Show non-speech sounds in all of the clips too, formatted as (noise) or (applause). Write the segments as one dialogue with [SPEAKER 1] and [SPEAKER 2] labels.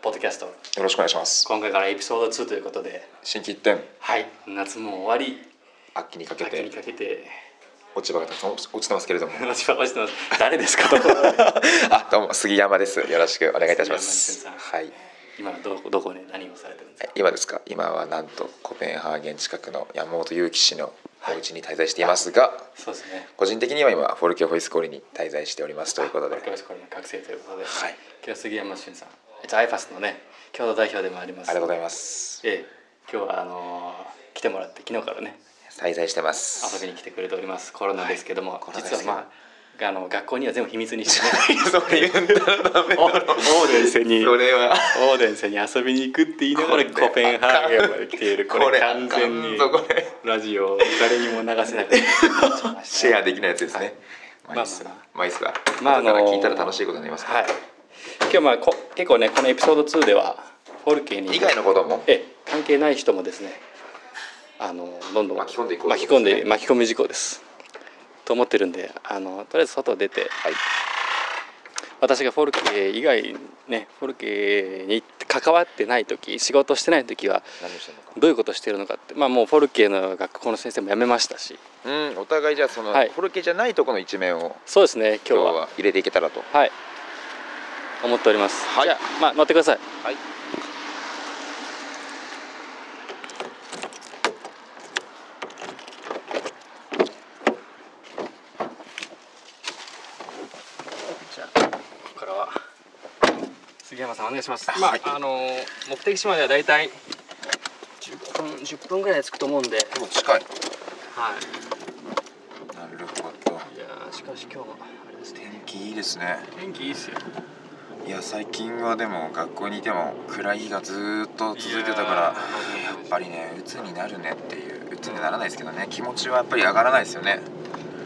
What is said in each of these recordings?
[SPEAKER 1] よろしくお願いします
[SPEAKER 2] 今回からエピソード2ということで
[SPEAKER 1] 新規一点
[SPEAKER 2] はい夏も終わり
[SPEAKER 1] 秋にかけ
[SPEAKER 2] 秋に
[SPEAKER 1] て
[SPEAKER 2] かけて
[SPEAKER 1] 落ち葉がたくさん落ちてますけれど
[SPEAKER 2] (laughs)
[SPEAKER 1] も
[SPEAKER 2] 落ち葉落ちてます誰ですか
[SPEAKER 1] (laughs) あどうも杉山ですよろしくお願いいたします
[SPEAKER 2] 杉山
[SPEAKER 1] はい
[SPEAKER 2] 今どこどこで何をされてるんですか
[SPEAKER 1] 今ですか今はなんとコペンハーゲン近くの山本裕樹氏のお家に滞在していますが、
[SPEAKER 2] そうですね
[SPEAKER 1] 個人的には今フォルケホイスコーリに滞在しておりますということで
[SPEAKER 2] 教師これの学生ということで、
[SPEAKER 1] はい
[SPEAKER 2] 今日杉山俊さんえっと IFAS のね共同代表でもあります
[SPEAKER 1] ありがとうござい
[SPEAKER 2] ま
[SPEAKER 1] ます
[SPEAKER 2] ええ今日はあのー来てもらって昨日からね
[SPEAKER 1] 滞在してます
[SPEAKER 2] 遊びに来てくれておりますコロナですけども、
[SPEAKER 1] コロナです
[SPEAKER 2] 実
[SPEAKER 1] よ
[SPEAKER 2] はまああの学校には全部秘密にしてね
[SPEAKER 1] (laughs) それ言うんだダ
[SPEAKER 2] (laughs)
[SPEAKER 1] メだ
[SPEAKER 2] オーデンセに
[SPEAKER 1] それは
[SPEAKER 2] オーデンセに遊びに行くって言いながら
[SPEAKER 1] これ
[SPEAKER 2] コペンハーゲンまで来ているこれ
[SPEAKER 1] これ
[SPEAKER 2] 完全に
[SPEAKER 1] あかんぞこれ
[SPEAKER 2] ラジオを誰にも流せなくなってしまいました
[SPEAKER 1] (laughs) シェアできないやつですね。
[SPEAKER 2] はい
[SPEAKER 1] まあいいっす
[SPEAKER 2] まあ
[SPEAKER 1] わ
[SPEAKER 2] まあ。
[SPEAKER 1] まあいいっすわ。
[SPEAKER 2] まああの
[SPEAKER 1] だから聞いたら楽しいことになりますか
[SPEAKER 2] はい今日まあこ結構ねこのエピソード2ではフォルケに
[SPEAKER 1] 以外のことも。
[SPEAKER 2] ええ関係ない人もですねあのどんどん
[SPEAKER 1] 巻き込んでいこう
[SPEAKER 2] 巻き込んで巻き込む事故ですと思ってるんであのとりあえず外出て
[SPEAKER 1] はい。
[SPEAKER 2] 私がフォルケ以外ねフォルケに関わってない時仕事してない時は
[SPEAKER 1] 何をしてんのか。
[SPEAKER 2] どういうことしてるのかってまあもうフォルケの学校の先生も辞めましたし
[SPEAKER 1] うん、お互いじゃあその、
[SPEAKER 2] はい
[SPEAKER 1] フォルケじゃないとこの一面を
[SPEAKER 2] そうですね今
[SPEAKER 1] 今
[SPEAKER 2] 日
[SPEAKER 1] 日
[SPEAKER 2] は
[SPEAKER 1] は入れていけたらと。
[SPEAKER 2] はい思っております、
[SPEAKER 1] はい
[SPEAKER 2] じゃあまあ待ってください
[SPEAKER 1] はい。
[SPEAKER 2] じゃあここからは杉山さんお願いします。まあ、
[SPEAKER 1] はい
[SPEAKER 2] あのー目的地まではだいたい10分10分ぐらいで着くと思うんで、はい。
[SPEAKER 1] でも近い。なるほど。
[SPEAKER 2] いやーしかし今日はあれですね。
[SPEAKER 1] 気いいですね。
[SPEAKER 2] 天気いいっすよ。
[SPEAKER 1] いや最近はでも学校にいても暗い日がずーっと続いてたから
[SPEAKER 2] いや
[SPEAKER 1] や
[SPEAKER 2] ー
[SPEAKER 1] っぱりね鬱になるねっていう鬱にならないですけどね気持ちはやっぱり上がらないですよね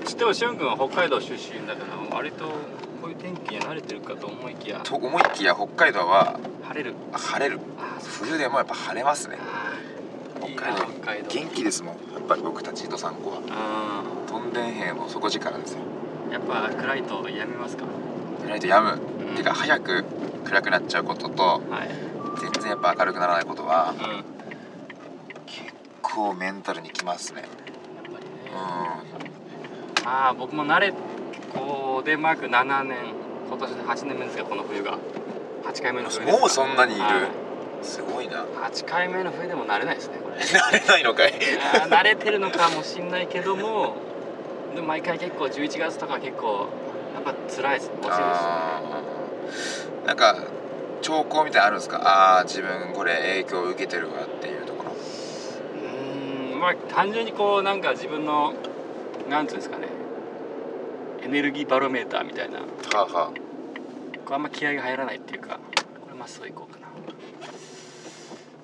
[SPEAKER 2] ちってもしゅん君は北海道出身だから割とこういう天気に慣れてるかと思いきや
[SPEAKER 1] と思いきや北海道は
[SPEAKER 2] 晴れる。
[SPEAKER 1] 晴れる
[SPEAKER 2] あー
[SPEAKER 1] 冬でもやっぱ晴れますね
[SPEAKER 2] いい
[SPEAKER 1] 北
[SPEAKER 2] な
[SPEAKER 1] 海道
[SPEAKER 2] 北海道
[SPEAKER 1] 元気ですもんやっぱり僕たちと参考は
[SPEAKER 2] あ
[SPEAKER 1] トンデン兵も底力ですよ
[SPEAKER 2] ーやっぱ暗いとやめますか。
[SPEAKER 1] ないとやむ、
[SPEAKER 2] うん
[SPEAKER 1] てか早く暗くなっちゃうことと
[SPEAKER 2] はい。
[SPEAKER 1] 全然やっぱ明るくならないことは
[SPEAKER 2] うん。やっ
[SPEAKER 1] 結構メンタルにきますね
[SPEAKER 2] ぱりね。
[SPEAKER 1] う
[SPEAKER 2] ああ僕も慣れこうデンマーク7年今年で8年目ですがこの冬が8回目の冬です
[SPEAKER 1] んもうそんなにいる、
[SPEAKER 2] は
[SPEAKER 1] すご (laughs) いな
[SPEAKER 2] 8回目の冬でも慣れないですねこれ
[SPEAKER 1] 慣れないのか (laughs) い
[SPEAKER 2] いやー慣れてるのかもしんないけどもでも毎回結構11月とか結構やっぱ辛いです落ちるし
[SPEAKER 1] あーなんか兆候みたいなのあるんですかああー自分これ影響を受けてるわっていうところ
[SPEAKER 2] うーんまあ単純にこうなんか自分のなんていうんですかねエネルギーバロメーターみたいなこ
[SPEAKER 1] はあは
[SPEAKER 2] うあんま気合が入らないっていうかこれまっすぐ行こうかな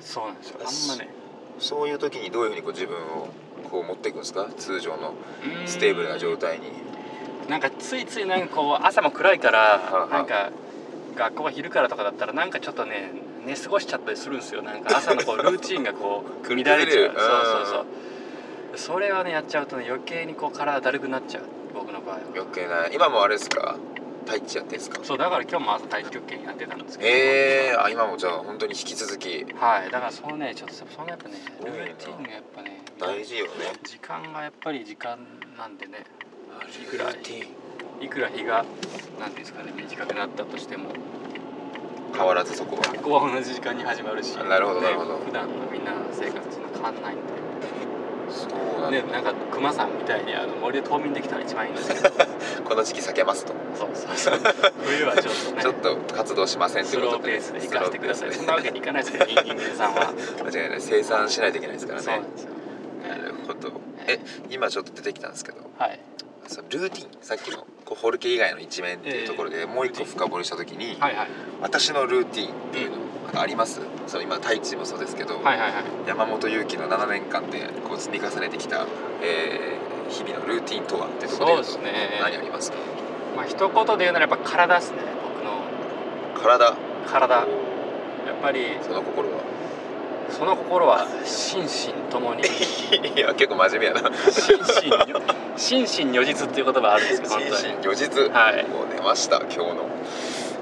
[SPEAKER 2] そうなんですよあんまね
[SPEAKER 1] そういう時にどういうふうにこう自分をこう持っていくんですか通常の
[SPEAKER 2] うーん
[SPEAKER 1] ステーブルな状態に
[SPEAKER 2] なんかついついなんかこう朝も暗いから
[SPEAKER 1] い
[SPEAKER 2] なんか学校が昼からとかだったらなんかちょっとね寝過ごしちゃったりするんですよなんか朝のこうルーチンがこ
[SPEAKER 1] (laughs)
[SPEAKER 2] う乱れちゃう
[SPEAKER 1] 狂ってる
[SPEAKER 2] そうそうそうそれはねやっちゃうとね余計にこう体だるくなっちゃう僕の場合は
[SPEAKER 1] 余計ない今もあれですか太一やってんですか
[SPEAKER 2] そうだから今日も朝太極拳やってたんですけど
[SPEAKER 1] えー、あ今もじゃあ本当に引き続き
[SPEAKER 2] はいだからそのねちょっとそのやっぱね
[SPEAKER 1] ご
[SPEAKER 2] ル
[SPEAKER 1] いな
[SPEAKER 2] ーティンがやっぱね
[SPEAKER 1] 大事よね
[SPEAKER 2] 時間がやっぱり時間なんでね
[SPEAKER 1] ルーティン
[SPEAKER 2] いくら日がなんていうんですかね短くなったとしても
[SPEAKER 1] 変わらずそこは
[SPEAKER 2] 学校は同じ時間に始まるし
[SPEAKER 1] あなるほど
[SPEAKER 2] ね
[SPEAKER 1] なるほど
[SPEAKER 2] 普段のみんなの生活と変わんないんで
[SPEAKER 1] そうなんだ、
[SPEAKER 2] ねなんか熊さんみたいにあの森で冬眠できたら一番いいんですけど
[SPEAKER 1] この時期避けますと、
[SPEAKER 2] (laughs) そうそうそう冬はちょっとね
[SPEAKER 1] ちょっと活動しませんと
[SPEAKER 2] ス
[SPEAKER 1] いう
[SPEAKER 2] ロ
[SPEAKER 1] こ
[SPEAKER 2] ー
[SPEAKER 1] と
[SPEAKER 2] ペースで生かしてください
[SPEAKER 1] ス
[SPEAKER 2] そ
[SPEAKER 1] ロ
[SPEAKER 2] ん
[SPEAKER 1] ー
[SPEAKER 2] なわけにいかないですよ人人間さん (laughs) は、
[SPEAKER 1] ペースで間違いない生産しないといけないですから
[SPEAKER 2] そうな
[SPEAKER 1] ね
[SPEAKER 2] んですよ
[SPEAKER 1] なるほどえ今ちょっと出てきたんですけど
[SPEAKER 2] はい
[SPEAKER 1] そのルーティンさっきのこうホルケ以外の一面っていうところで、もう一個深掘りした時に、
[SPEAKER 2] はいはい
[SPEAKER 1] 私のルーティンっていうのなんかありますその今太一もそうですけど、
[SPEAKER 2] はいはいはい
[SPEAKER 1] 山本勇輝の7年間でこう積み重ねてきた、えー日々のルーティンとはってとこ
[SPEAKER 2] そ
[SPEAKER 1] ろで言
[SPEAKER 2] う
[SPEAKER 1] うと
[SPEAKER 2] ですね
[SPEAKER 1] 何ありますか
[SPEAKER 2] まあ一言で言うならやっぱ体ですね僕の
[SPEAKER 1] 体
[SPEAKER 2] 体やっぱり
[SPEAKER 1] その心は (laughs)
[SPEAKER 2] その心は心身とも (laughs) に
[SPEAKER 1] いや結構真面目やな
[SPEAKER 2] 心身心身如実っていう言葉あるんですけど本当に
[SPEAKER 1] 心身如実、
[SPEAKER 2] はい
[SPEAKER 1] もう出ました今日の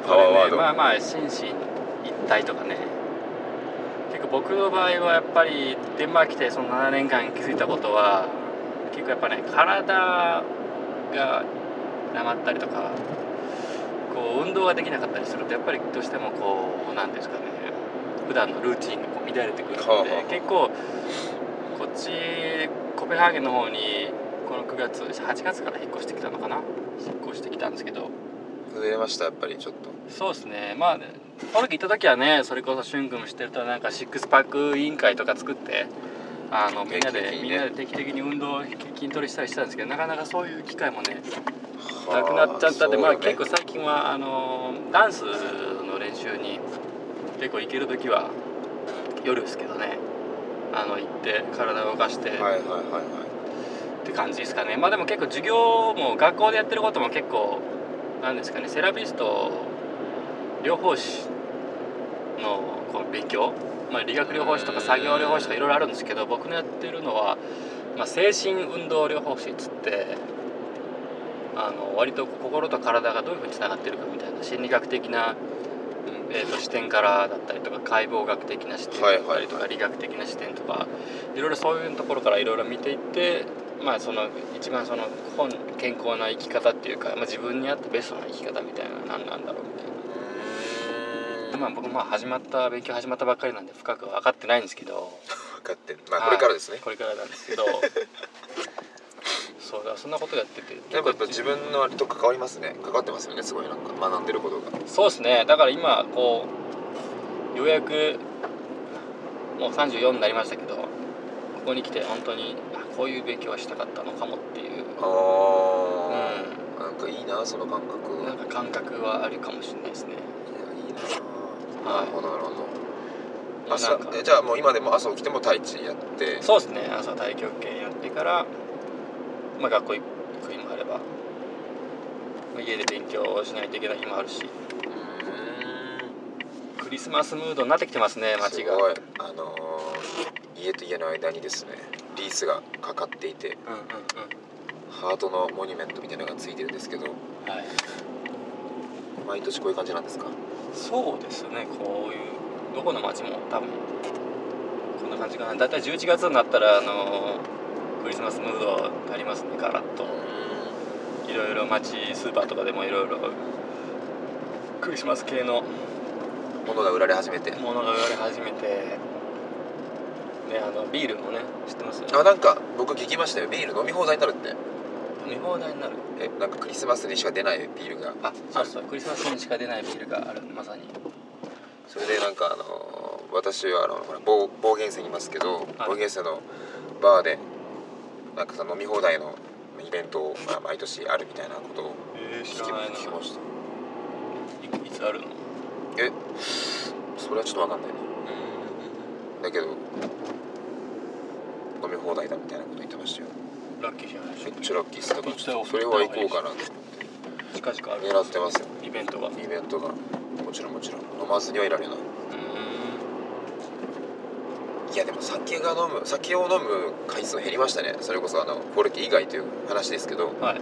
[SPEAKER 1] パ
[SPEAKER 2] これ
[SPEAKER 1] ワーワー
[SPEAKER 2] ね
[SPEAKER 1] ド、
[SPEAKER 2] まあまあ心身一体とかね僕の場合はやっぱりデンマーク来てその7年間気づいたことは結構やっぱね体がなまったりとかこう運動ができなかったりするとやっぱりどうしてもこうなんですかね普段のルーティンがこう乱れてくるので、
[SPEAKER 1] はあはあ
[SPEAKER 2] 結構こっちコペンハーゲンの方にこの9月8月から引っ越してきたのかな引っ越してきたんですけど
[SPEAKER 1] 崩れましたやっぱりちょっと
[SPEAKER 2] そうですねまあねその時行った時はねそれこそシュン君も知ってるとなんかシックスパック委員会とか作ってあのみんなで、
[SPEAKER 1] 定期的にね
[SPEAKER 2] みんなで定期的に運動筋トレしたりしたんですけどなかなかそういう機会もねなくなっちゃったんで、まあ結構最近はあのダンスの練習に結構行ける時は夜ですけどねあの行って体を動かして、
[SPEAKER 1] はいはいはいは
[SPEAKER 2] って感じですかねまあでも結構授業も学校でやってることも結構なんですかねセラピスト療法士のこう勉強、まあ、理学療法士とか作業療法士とかいろいろあるんですけど僕のやってるのは、まあ、精神運動療法士っつってあの割と心と体がどういうふうにつながってるかみたいな心理学的な、うんえー、と視点からだったりとか解剖学的な視点だったりと
[SPEAKER 1] はいはいは
[SPEAKER 2] か理学的な視点とかいろいろそういうところからいろいろ見ていってまあその一番その本健康な生き方っていうか、まあ、自分に合ったベストな生き方みたいな何なんだろうみたいな。
[SPEAKER 1] い
[SPEAKER 2] まあ僕まあ始まった勉強始まったばっかりなんで深くは分かってないんですけど
[SPEAKER 1] 分かってるまあこれからですね
[SPEAKER 2] これからなんです (laughs) けどそうだそんなことやってて
[SPEAKER 1] やっぱやっぱ自分のあれと関わりますね関わってますよねすごいなんか学んでることが
[SPEAKER 2] そうですねだから今こうようやくもう34になりましたけどここに来て本当にあこういう勉強はしたかったのかもっていう、
[SPEAKER 1] あ
[SPEAKER 2] う
[SPEAKER 1] あ、なんかいいなその感覚
[SPEAKER 2] ん、なんか感覚はあるかもしれないですね
[SPEAKER 1] いやいいな
[SPEAKER 2] は
[SPEAKER 1] ないるほどなるほど
[SPEAKER 2] まあな
[SPEAKER 1] 朝
[SPEAKER 2] んか
[SPEAKER 1] えじゃあもう今でも朝起きても太一やって
[SPEAKER 2] そうですね朝太極拳やってから、まあ、学校行く日もあればまあ家で勉強をしないといけない日もあるし
[SPEAKER 1] うーん
[SPEAKER 2] クリスマスムードになってきてますね街が
[SPEAKER 1] すごいあのー家と家の間にですねリースがかかっていて
[SPEAKER 2] うんうん
[SPEAKER 1] ハートのモニュメントみたいなのがついてるんですけど
[SPEAKER 2] うんはい
[SPEAKER 1] 毎年こういう感じなんですか
[SPEAKER 2] そうですねこういうどこの町も多分こんな感じかなだいたい11月になったらあのクリスマスムードになりますねガラッといろいろ町スーパーとかでもいろいろクリスマス系の
[SPEAKER 1] 物が売られ始めて
[SPEAKER 2] ものが売られ始めてねあのビールもね知ってます
[SPEAKER 1] あなんか僕聞きましたよビール飲み放題になるって
[SPEAKER 2] 飲み放題になる
[SPEAKER 1] えなんかクリスマスにしか出ないビールが
[SPEAKER 2] あそうそうクリスマスにしか出ないビールがあるまさに
[SPEAKER 1] それでなんかあのー私はあのほら暴暴言生にいますけど
[SPEAKER 2] はい
[SPEAKER 1] 暴言生のバーでなんかさ飲み放題のイベントを、まあ、毎年あるみたいなことを
[SPEAKER 2] えー、
[SPEAKER 1] 聞きま聞きました
[SPEAKER 2] いいつあるの
[SPEAKER 1] えそれはちょっとわかんないなだけど飲み放題だみたいなこと言ってましたよ
[SPEAKER 2] ラッキーじゃないでし
[SPEAKER 1] め
[SPEAKER 2] ょ
[SPEAKER 1] っちゃラッキーっすだから
[SPEAKER 2] 行ったよ
[SPEAKER 1] それは行こうかなって
[SPEAKER 2] 近々ある
[SPEAKER 1] 狙ってますよ
[SPEAKER 2] イベントがう
[SPEAKER 1] イベントがもちろんもちろん飲まずにはいられない
[SPEAKER 2] ん
[SPEAKER 1] いやでも酒が飲む酒を飲む回数減りましたねそれこそあのフォルティ以外という話ですけど
[SPEAKER 2] はい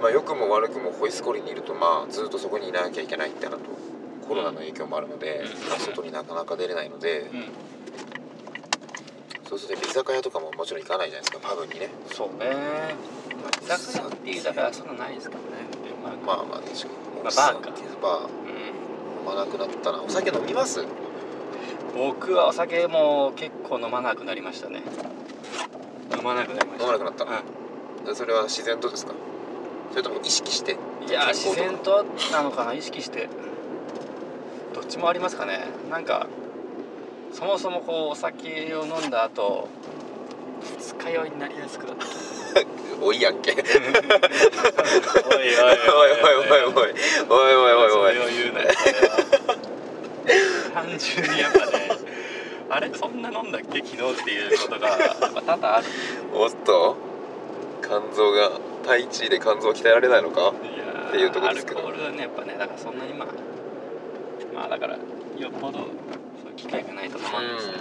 [SPEAKER 1] まあ良くも悪くもホイスコリにいるとまあずっとそこにいなきゃいけないってなるとコロナの影響もあるので、
[SPEAKER 2] うん
[SPEAKER 1] まあ外になかなか出れないので、
[SPEAKER 2] うん
[SPEAKER 1] そうすると居酒屋とかももちろん行かないじゃないですかパブにね
[SPEAKER 2] そうね酒屋っていうだからそんなないですからねデンマーク
[SPEAKER 1] まあまあ確かに
[SPEAKER 2] まあバーか
[SPEAKER 1] バ
[SPEAKER 2] う
[SPEAKER 1] ー
[SPEAKER 2] ん
[SPEAKER 1] 飲まなくなったなお酒飲みます
[SPEAKER 2] 僕はお酒も結構飲まなくなりましたね飲まなくなりました
[SPEAKER 1] 飲まなくなった
[SPEAKER 2] うん
[SPEAKER 1] それは自然とですかそれとも意識して
[SPEAKER 2] いやー
[SPEAKER 1] 健康
[SPEAKER 2] 自
[SPEAKER 1] とか
[SPEAKER 2] 然となのかな意識してどっちもありますかねなんかそもそもこうお酒を飲んだ後二日酔いになりやすくなった
[SPEAKER 1] おいやんけ
[SPEAKER 2] おいおいおい
[SPEAKER 1] (laughs) おいおいおいおいおいおいおいおい
[SPEAKER 2] それを言うなよ単純にやっぱねあれそんな飲んだっけ昨日っていうことがまあ多々ある
[SPEAKER 1] おっと肝臓が対一で肝臓鍛えられないのか
[SPEAKER 2] っ
[SPEAKER 1] っていうとこですけど
[SPEAKER 2] アルコールはねやっぱねだからそんなにまあまあだからよっぽどそういう機会がないと止まんないですね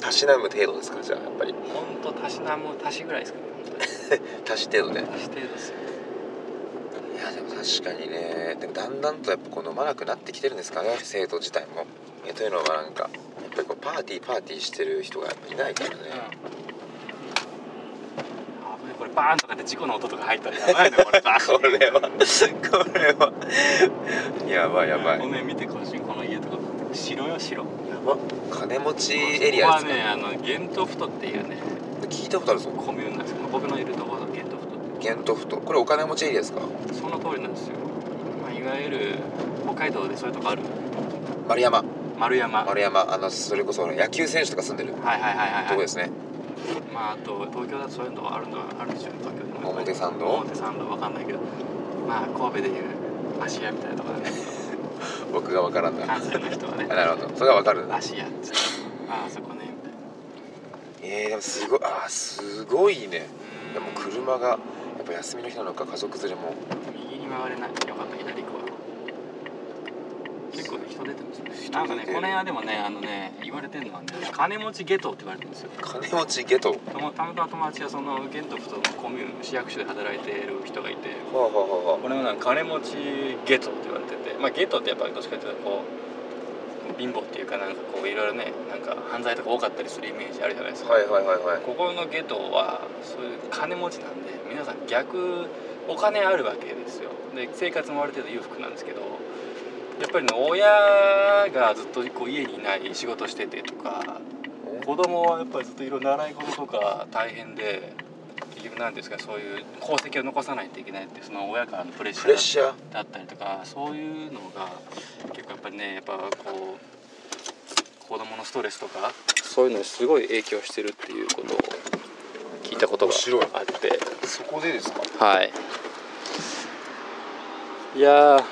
[SPEAKER 1] たしなむ程度ですかじゃあやっぱり
[SPEAKER 2] ほんとたしなむたしぐらいですかね本当に
[SPEAKER 1] たし程度ね
[SPEAKER 2] たし程度ですよ
[SPEAKER 1] いやでも確かにねでもだんだんとやっぱこう飲まなくなってきてるんですかね生徒自体もえというのはなんかやっぱぱりこうパーティーパーティーしてる人がやっぱいないからね
[SPEAKER 2] うん、危ないこれバーンとかで事故の音とか入ったらやばいねこれ
[SPEAKER 1] (laughs) これはこれはやばいやばい
[SPEAKER 2] ご
[SPEAKER 1] や
[SPEAKER 2] めん見てこしこの家とか白よ白
[SPEAKER 1] ば金持ちエリアです
[SPEAKER 2] ここはね
[SPEAKER 1] ね
[SPEAKER 2] あのゲントフトっていうね
[SPEAKER 1] 聞いたことあるぞ
[SPEAKER 2] コミューンなんですけど僕のいるところのゲントフトって
[SPEAKER 1] ゲントフトこれお金持ちエリアですか
[SPEAKER 2] その通りなんですよ、まあ、いわゆる北海道でそういうとこある
[SPEAKER 1] 丸山
[SPEAKER 2] 丸山はい
[SPEAKER 1] 丸山あのそれこそ野球選手とか住んでると
[SPEAKER 2] はいはいはい、
[SPEAKER 1] こ
[SPEAKER 2] は
[SPEAKER 1] で
[SPEAKER 2] い、
[SPEAKER 1] すね
[SPEAKER 2] まああと東京だとそういうのあるのあるでしょうね東京でも
[SPEAKER 1] 表参道
[SPEAKER 2] 表参道わかんないけどまあ神戸でいう芦屋みたいなところね
[SPEAKER 1] 僕が分からんだ
[SPEAKER 2] 関西の人はね
[SPEAKER 1] (laughs) あなるほどそれが分かるんだ
[SPEAKER 2] 芦屋っつってああそこねみたいな
[SPEAKER 1] えー、でもすごいあーすごいね
[SPEAKER 2] うん
[SPEAKER 1] でも車がやっぱ休みの日なのか家族連れも
[SPEAKER 2] 右に曲がれないよかった左行こう結構ね人出てますね
[SPEAKER 1] 人出てる
[SPEAKER 2] なんかねこの辺はでもねあのね言われてるのはね金持ちゲトって言われてるんですよ
[SPEAKER 1] 金持ちゲトは
[SPEAKER 2] たまたまたま友達がそのゲントフトのコミューン市役所で働いてる人がいて
[SPEAKER 1] あ、はあはあは
[SPEAKER 2] これはなんか金持ちゲトって言われててまあゲトってやっぱりどっちかというとこう貧乏っていうかなんかこういろいろねなんか犯罪とか多かったりするイメージあるじゃないです
[SPEAKER 1] あ
[SPEAKER 2] か、
[SPEAKER 1] はいはいはいはい
[SPEAKER 2] ここのゲトはそういう金持ちなんで皆さん逆お金あるわけですよで生活もある程度裕福なんですけどやっぱりね親がずっとこう家にいない仕事しててとか子供はやっぱりずっといろんな習い事とか大変で結局何ですかそういう功績を残さないといけないってその親からのプレッシャー
[SPEAKER 1] プレッシャー
[SPEAKER 2] だったりとかそういうのが結構やっぱりねやっぱこう子供のストレスとかそういうのにすごい影響してるっていうことを聞いたことが
[SPEAKER 1] 面白い
[SPEAKER 2] あって
[SPEAKER 1] そこでですか
[SPEAKER 2] はいいやー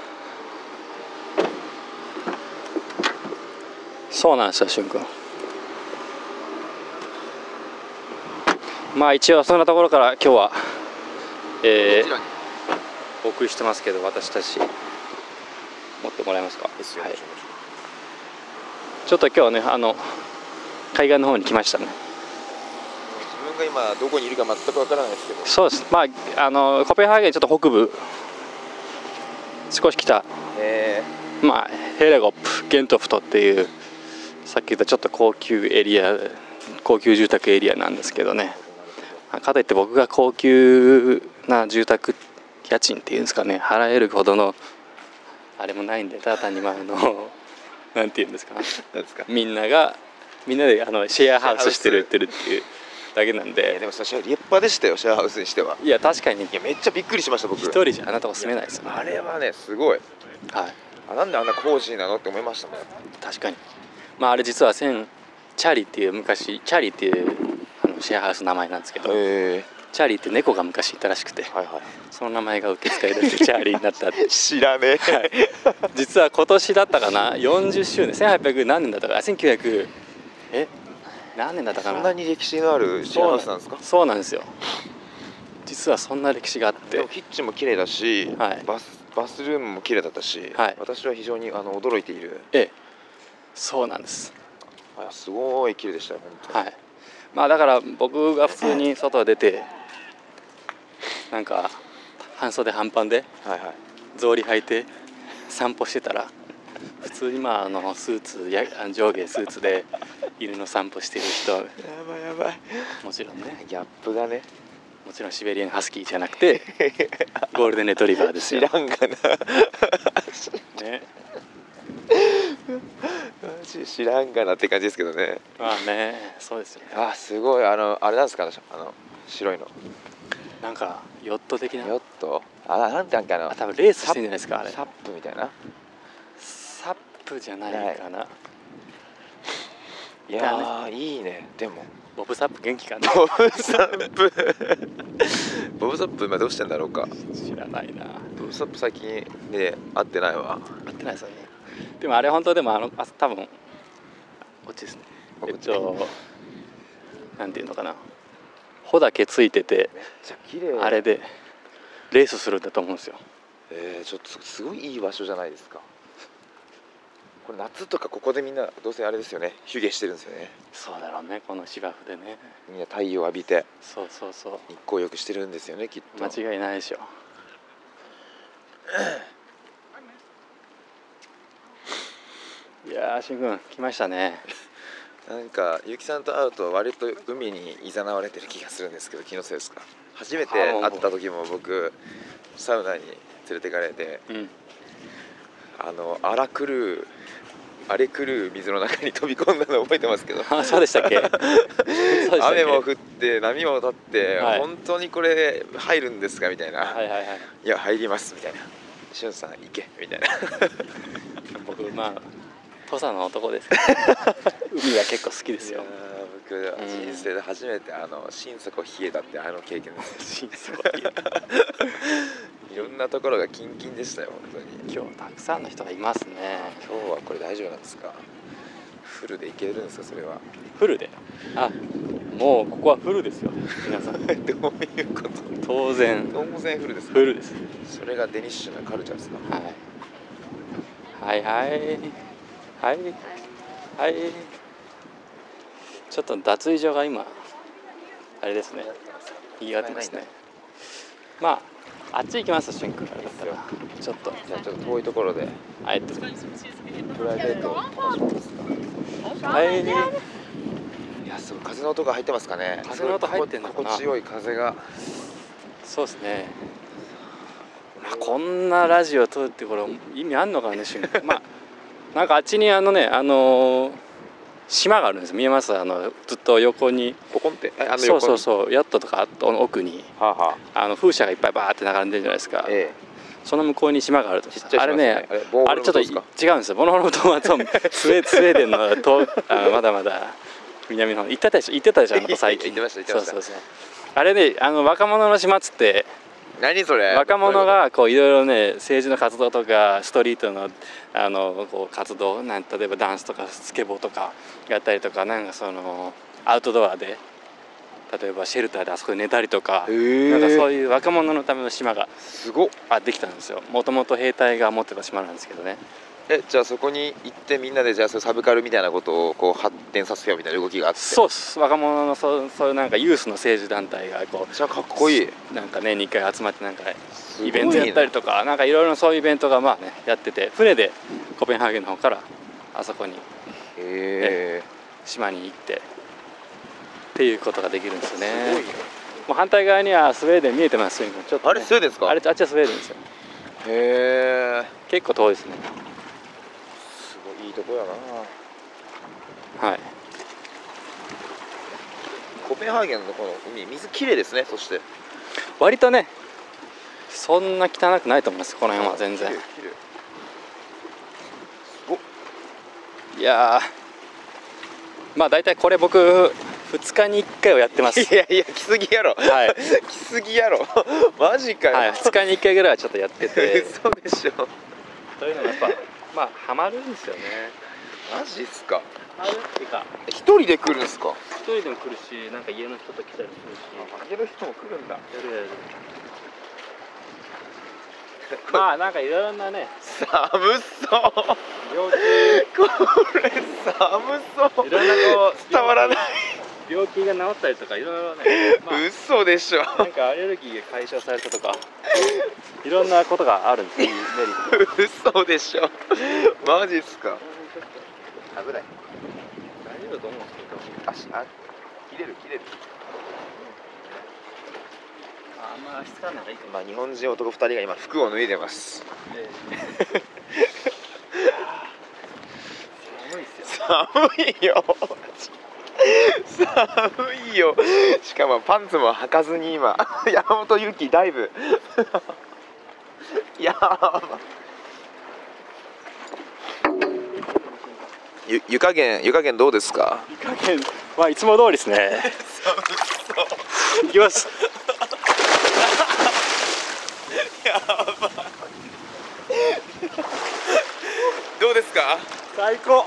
[SPEAKER 2] そうなんですよしゅんくんまあ一応そんなところから今日はえー
[SPEAKER 1] こちらに
[SPEAKER 2] お送りしてますけど私たち持ってもらえますか、はい、ちょっと今日はねあの海岸の方に来ましたね
[SPEAKER 1] 自分が今どこにいるか全くわからないですけど
[SPEAKER 2] そうですまああのコペンハーゲンちょっと北部少し来た
[SPEAKER 1] え
[SPEAKER 2] まあヘレゴップゲントフトっていうさっき言ったちょっと高級エリア高級住宅エリアなんですけどねまあかといって僕が高級な住宅家賃っていうんですかね払えるほどのあれもないんでただ単にまああのなんて言うんですか
[SPEAKER 1] ー、なんですか
[SPEAKER 2] みんながみんなであのシェアハウスしてるってるっていうだけなん
[SPEAKER 1] いやで
[SPEAKER 2] で
[SPEAKER 1] もそれ立派でしたよシェアハウスにしてはい
[SPEAKER 2] や確かに
[SPEAKER 1] いやめっちゃびっくりしました僕
[SPEAKER 2] 一人じゃあなたも住めないですよね
[SPEAKER 1] あれはねすごい
[SPEAKER 2] はい
[SPEAKER 1] あなんであんな工事なのって思いましたもん
[SPEAKER 2] 確かにまああれ実は千チャリっていう昔チャリっていうあのシェアハウスの名前なんですけど、
[SPEAKER 1] え
[SPEAKER 2] チャリって猫が昔いたらしくて
[SPEAKER 1] はいは
[SPEAKER 2] その名前が受け継がれてチャリにな
[SPEAKER 1] (laughs)
[SPEAKER 2] ったって
[SPEAKER 1] い知らねえ、
[SPEAKER 2] はい実は今年だったかな40周年1800何年だったかな1900え何年だったか
[SPEAKER 1] (laughs) そ
[SPEAKER 2] なん
[SPEAKER 1] なに歴史のあるシェアハウスなんですか
[SPEAKER 2] そうなんですよ実はそんな歴史があっ
[SPEAKER 1] で
[SPEAKER 2] て
[SPEAKER 1] もキッチンも綺麗だし、
[SPEAKER 2] はい
[SPEAKER 1] バスバスルームも綺麗だったし、
[SPEAKER 2] はい
[SPEAKER 1] 私は非常にあの驚いている
[SPEAKER 2] ええそうなんです
[SPEAKER 1] あすごい綺麗でしたよ本当に、
[SPEAKER 2] はいまあだから僕が普通に外出てなんか半袖半パンで
[SPEAKER 1] はいはい
[SPEAKER 2] 草履履いて散歩してたら普通にまああのスーツやあの上下スーツで犬の散歩してる人
[SPEAKER 1] やばいやばい
[SPEAKER 2] もちろんね
[SPEAKER 1] ギャップがね
[SPEAKER 2] もちろんシベリアンハスキーじゃなくてゴールデンレトリバーです
[SPEAKER 1] 知
[SPEAKER 2] よ
[SPEAKER 1] ら、んがな
[SPEAKER 2] ね、
[SPEAKER 1] マジ知らんがなって感じですけどね
[SPEAKER 2] まあねそうですよね
[SPEAKER 1] あすごいあのあれなんですかねあの白いの
[SPEAKER 2] なんかヨット的な
[SPEAKER 1] ヨットあなんてなんかあの
[SPEAKER 2] あ多分レースしてんじゃないですかあれ
[SPEAKER 1] サップみたいな
[SPEAKER 2] サップじゃないかな、
[SPEAKER 1] いやーいいねでも
[SPEAKER 2] ボブサップ元気かな (laughs)
[SPEAKER 1] ボブサップボブサップ今どうしてんだろうか
[SPEAKER 2] 知らないな
[SPEAKER 1] ボブサップ最近ね会ってないわ
[SPEAKER 2] 合ってないですよねでもあれ本当でもあのあ多分こっちですねえっとなんていうのかな穂だけついてて
[SPEAKER 1] めっちゃ綺麗
[SPEAKER 2] あれでレースするんだと思うんですよ
[SPEAKER 1] えー、ちょっとすごいいい場所じゃないですかこれ夏とかここでみんなどうせあれですよね湯気してるんですよね
[SPEAKER 2] そうだろうねこの芝生でね
[SPEAKER 1] みんな太陽浴びて
[SPEAKER 2] そうそうそ
[SPEAKER 1] 日光浴してるんですよねきっ
[SPEAKER 2] う
[SPEAKER 1] と
[SPEAKER 2] 間違いないでしょいやーしんくん来ましたね
[SPEAKER 1] なんか結城さんと会うと割と海に誘われてる気がするんですけど気のせいですか初めて会った時も僕サウナに連れてかれて
[SPEAKER 2] うん
[SPEAKER 1] あの荒狂う荒れ狂う水の中に飛び込んだの覚えてますけど
[SPEAKER 2] あそうでしたっ (laughs) けそうでしたっけ
[SPEAKER 1] 雨も降って波も立って、
[SPEAKER 2] はい
[SPEAKER 1] 本当にこれ入るんですかみたいな、
[SPEAKER 2] はいはいはい
[SPEAKER 1] い、や入りますみたいな「しゅんさん行け」みたいな
[SPEAKER 2] 僕まあ土佐の男ですから (laughs) 海は結構好きですよ
[SPEAKER 1] いやー僕
[SPEAKER 2] うん
[SPEAKER 1] 人生で初めてあの心底冷えたってあの経験です
[SPEAKER 2] 心底
[SPEAKER 1] いろんなところがキンキンでしたよ本当に
[SPEAKER 2] 今日たくさんの人がいますね
[SPEAKER 1] 今日はこれ大丈夫なんですかフルでいけるんですかそれは (laughs)
[SPEAKER 2] フルであもうここはフルですよ皆さん
[SPEAKER 1] どういうこと
[SPEAKER 2] 当然
[SPEAKER 1] 当然フルですか
[SPEAKER 2] フルです、
[SPEAKER 1] それがデニッシュなカルチャーですか
[SPEAKER 2] はい、はいはいはいはいちょっと脱衣所が今あれですね言い合ってますねまああっち行きますしゅんくんからだったらちょっと
[SPEAKER 1] じゃあちょっと遠いところで
[SPEAKER 2] あえて
[SPEAKER 1] プライベートを楽しみますか
[SPEAKER 2] はい
[SPEAKER 1] いやすごい風の音が入ってますかね
[SPEAKER 2] 風の音入ってんのかな
[SPEAKER 1] 心地よい風が
[SPEAKER 2] そうですね、まあ、こんなラジオ撮るってこれ意味あんのかねしゅん
[SPEAKER 1] (laughs)
[SPEAKER 2] くんまあなんかあっちにあのねあのー島があるんです見えますあのずっと横に
[SPEAKER 1] ポコンってああの
[SPEAKER 2] そう
[SPEAKER 1] 横
[SPEAKER 2] そう
[SPEAKER 1] に
[SPEAKER 2] そうヤットとかあと奥に
[SPEAKER 1] はあは
[SPEAKER 2] あの風車がいっぱいバーって流れてるじゃないですか
[SPEAKER 1] あ、え
[SPEAKER 2] その向こうに島があると
[SPEAKER 1] え、ちっちゃい
[SPEAKER 2] あれね
[SPEAKER 1] あれボー
[SPEAKER 2] あ
[SPEAKER 1] ル
[SPEAKER 2] れ
[SPEAKER 1] の
[SPEAKER 2] ちょっと違
[SPEAKER 1] 音ですか
[SPEAKER 2] うんですよボノボノとはと
[SPEAKER 1] (laughs)
[SPEAKER 2] スウェスウェーデンのとあまだまだ南の方行ってたでしょ行ってたでしょあの子最近
[SPEAKER 1] 行ってました行ってました
[SPEAKER 2] そうそうそうあれねあの若者の島っつって
[SPEAKER 1] 何それ
[SPEAKER 2] 若者がこういろいろね政治の活動とかストリートのあのこう活動なん例えばダンスとかスケボーとかやったりとかなんかそのアウトドアで例えばシェルターであそこで寝たりとか
[SPEAKER 1] へえ
[SPEAKER 2] なんかそういう若者のための島が
[SPEAKER 1] すごっ
[SPEAKER 2] あできたんですよもともと兵隊が持ってた島なんですけどね
[SPEAKER 1] えじゃあそこに行ってみんなでじゃあそういうサブカルみたいなことをこう発展させようみたいな動きがあって
[SPEAKER 2] そうっす若者のそうそういうなんかユースの政治団体がこう
[SPEAKER 1] じゃあかっこいい
[SPEAKER 2] なんか年に1回集まってなんか
[SPEAKER 1] すごい
[SPEAKER 2] イベントやったりとかなんかいろいろそういうイベントがまあねやってて船でコペンハーゲンの方からあそこに
[SPEAKER 1] へえ
[SPEAKER 2] 島に行ってっていうことができるんですよね
[SPEAKER 1] すごいね
[SPEAKER 2] もう反対側にはスウェーデン見えてますよ今ちょっとね、
[SPEAKER 1] あれスウェーデンですか
[SPEAKER 2] あれあっちはスウェーデンですよ
[SPEAKER 1] へえ
[SPEAKER 2] 結構遠いですね
[SPEAKER 1] すごいいいとこやな
[SPEAKER 2] はい
[SPEAKER 1] コペンハーゲンのこの海水きれいですねそして
[SPEAKER 2] 割とねそんな汚くないと思いますこの辺は全然
[SPEAKER 1] 綺麗綺麗すごっ
[SPEAKER 2] いやーまあ大体これ僕2日に1回をやって (laughs) ます
[SPEAKER 1] いやいや来すぎやろ
[SPEAKER 2] はい、
[SPEAKER 1] 来すぎやろ (laughs) マジかよ、
[SPEAKER 2] はい、2日に1回ぐらいはちょっとやってて
[SPEAKER 1] 嘘でしょ
[SPEAKER 2] というのがやっぱ (laughs) まあハマるんですよね
[SPEAKER 1] マジっすか
[SPEAKER 2] ハマるっていうか
[SPEAKER 1] 一人で来るんすか
[SPEAKER 2] 一人でも来るしなんか家の人と来たりするし
[SPEAKER 1] 家の人も来るんだ
[SPEAKER 2] やるやるまあなんかいろんな (laughs) ね
[SPEAKER 1] 寒そう
[SPEAKER 2] 病気
[SPEAKER 1] これ寒そう
[SPEAKER 2] いろんなこう
[SPEAKER 1] 伝わらない、
[SPEAKER 2] 病気が治ったりとかいろいろね、 (laughs) まあ
[SPEAKER 1] 嘘でしょ
[SPEAKER 2] なんかアレルギーが解消されたとかいろんなことがあるん (laughs) ですよメリット
[SPEAKER 1] 嘘でしょマジっすか危な
[SPEAKER 2] 大
[SPEAKER 1] い
[SPEAKER 2] 丈夫だと思うんですけど
[SPEAKER 1] 足あ切れる切れる
[SPEAKER 2] まああんま足つか (laughs) ない方がいいかも
[SPEAKER 1] まあ日本人男2人が今服を脱いでます
[SPEAKER 2] ええ寒いっすよ
[SPEAKER 1] 寒いよ寒いよしかもパンツも履かずに今山本ゆきダイブいやばゆ湯加減湯加減どうですか
[SPEAKER 2] 湯加減まあいつも通り
[SPEAKER 3] (laughs)
[SPEAKER 2] ですねいきます
[SPEAKER 1] どうですか
[SPEAKER 2] 最高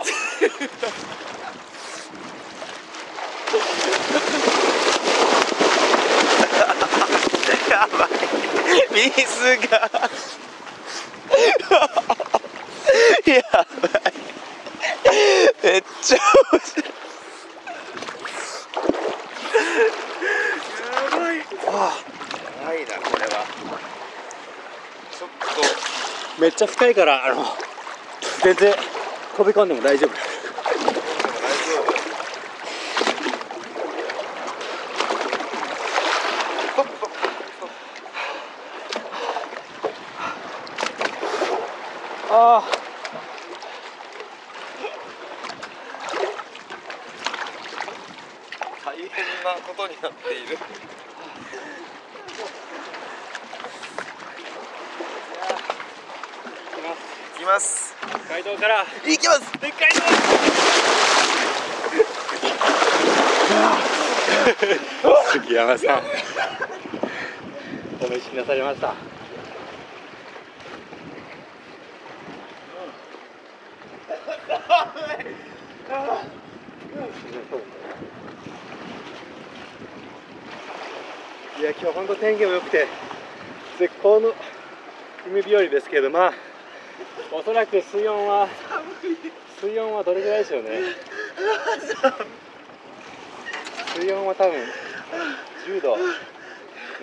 [SPEAKER 1] やばい (laughs) 水が (laughs) やばいめっちゃ面白いやばいああやばいなこれはちょっと
[SPEAKER 2] めっちゃ深いからあの全然飛び込んでも大丈夫
[SPEAKER 1] 大丈夫
[SPEAKER 3] あ
[SPEAKER 1] 大変なことになっている
[SPEAKER 3] あ、い
[SPEAKER 1] 行きます
[SPEAKER 3] ます。街道から。
[SPEAKER 1] 行きます
[SPEAKER 3] でっかいの。
[SPEAKER 1] 杉山さん
[SPEAKER 3] お召しなされました。
[SPEAKER 2] いや今日本当天気も良くて絶好の海日和ですけれどまあおそらく水温は水温はどれぐらいでしょうね水温は多分10度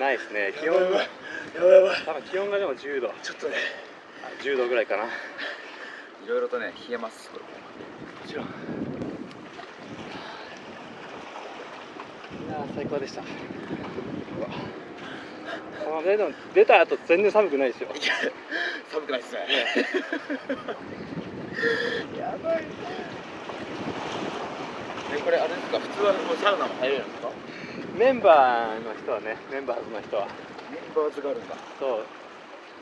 [SPEAKER 2] ないですね気温やばい多分気温がでも10度ちょっとね10度ぐらいかない
[SPEAKER 1] ろいろとね冷えます (laughs)
[SPEAKER 2] もちろんいやー最高でしたこの出の出た後全然寒くないですよ
[SPEAKER 1] 寒くないです (laughs) ねやばいえこれあれですか普通はもうサウナも入れるんですか
[SPEAKER 2] メンバーの人はねメンバーズの人は
[SPEAKER 1] メンバーズがあるんだ
[SPEAKER 2] そう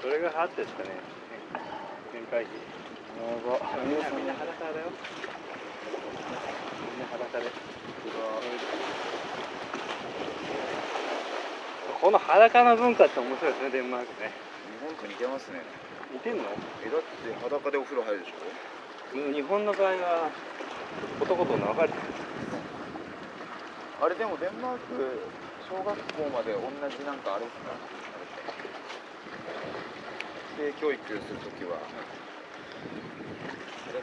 [SPEAKER 2] どれぐらい払ってるんですかね年会費
[SPEAKER 1] やば
[SPEAKER 2] みんなみんな裸だよみんな裸でこの裸の文化って面白いですねデンマークね
[SPEAKER 1] 日本と似てますね
[SPEAKER 2] 似てんの
[SPEAKER 1] えだって裸でお風呂入るでしょ
[SPEAKER 2] 日本の場合は男と流れてる
[SPEAKER 1] あれでもデンマーク小学校まで同じなんかあれですか性教育するときは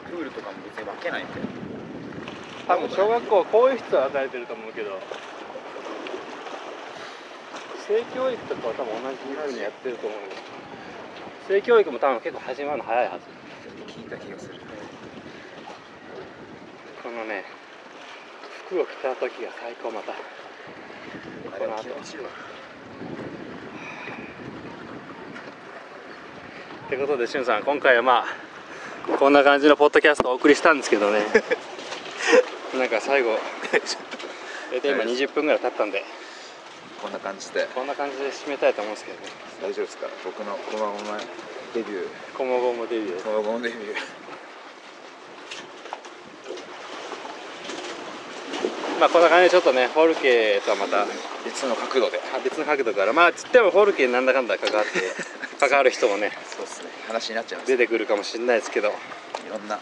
[SPEAKER 1] プールとかも別に分けないんで
[SPEAKER 2] 多分小学校は更衣室は与えてると思うけど性教育とかは多分同じようにやってると思うよ性教育も多分結構始まるの早いはず
[SPEAKER 1] 聞いた気がする
[SPEAKER 2] このね服を着た時が最高また
[SPEAKER 1] あ
[SPEAKER 2] こ
[SPEAKER 1] れ
[SPEAKER 2] の
[SPEAKER 1] は
[SPEAKER 2] 後
[SPEAKER 1] 気持ちいいわ
[SPEAKER 2] ってことでしゅんさん今回はまあこんな感じのポッドキャストをお送りしたんですけどね (laughs) なんか最後大体今20分ぐらい経ったんで
[SPEAKER 1] こんな感じで
[SPEAKER 2] こんな感じで締めたいと思うんですけどね
[SPEAKER 1] 大丈夫ですか僕のこまごまデビュー
[SPEAKER 2] 今後もデビュー
[SPEAKER 1] こまごまデビュー
[SPEAKER 2] まあこんな感じでちょっとねフォルケとはまた
[SPEAKER 1] 別の角度で
[SPEAKER 2] 別の角度からまあつってもフォルケになんだかんだ関わって (laughs) 関わる人もね
[SPEAKER 1] そうですね話になっちゃいます
[SPEAKER 2] 出
[SPEAKER 1] い
[SPEAKER 2] てくるかもしれないですけど
[SPEAKER 1] ろんな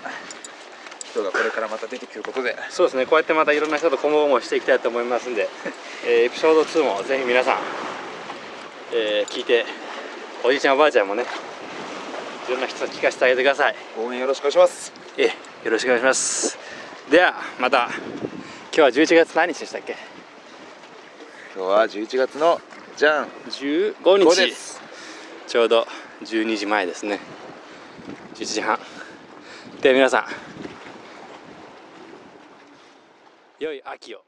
[SPEAKER 1] 人がこれからまた出てくることで
[SPEAKER 2] そうですねこうやってまたいろんな人と今後もしていきたいと思いますん (laughs) で、えーエピソード2もぜひ皆さん、えー聞いておじいちゃんおばあちゃんもねいろんな人と聞かせてあげてください、
[SPEAKER 1] 応援よろしくお願いします
[SPEAKER 2] ええよろしくお願いしますではまた今日は11月何日でしたっけ
[SPEAKER 1] 今日は11月のじゃん
[SPEAKER 2] 15
[SPEAKER 1] 5
[SPEAKER 2] 日
[SPEAKER 1] です
[SPEAKER 2] ちょうど12時前ですね11時半で皆さん良い秋を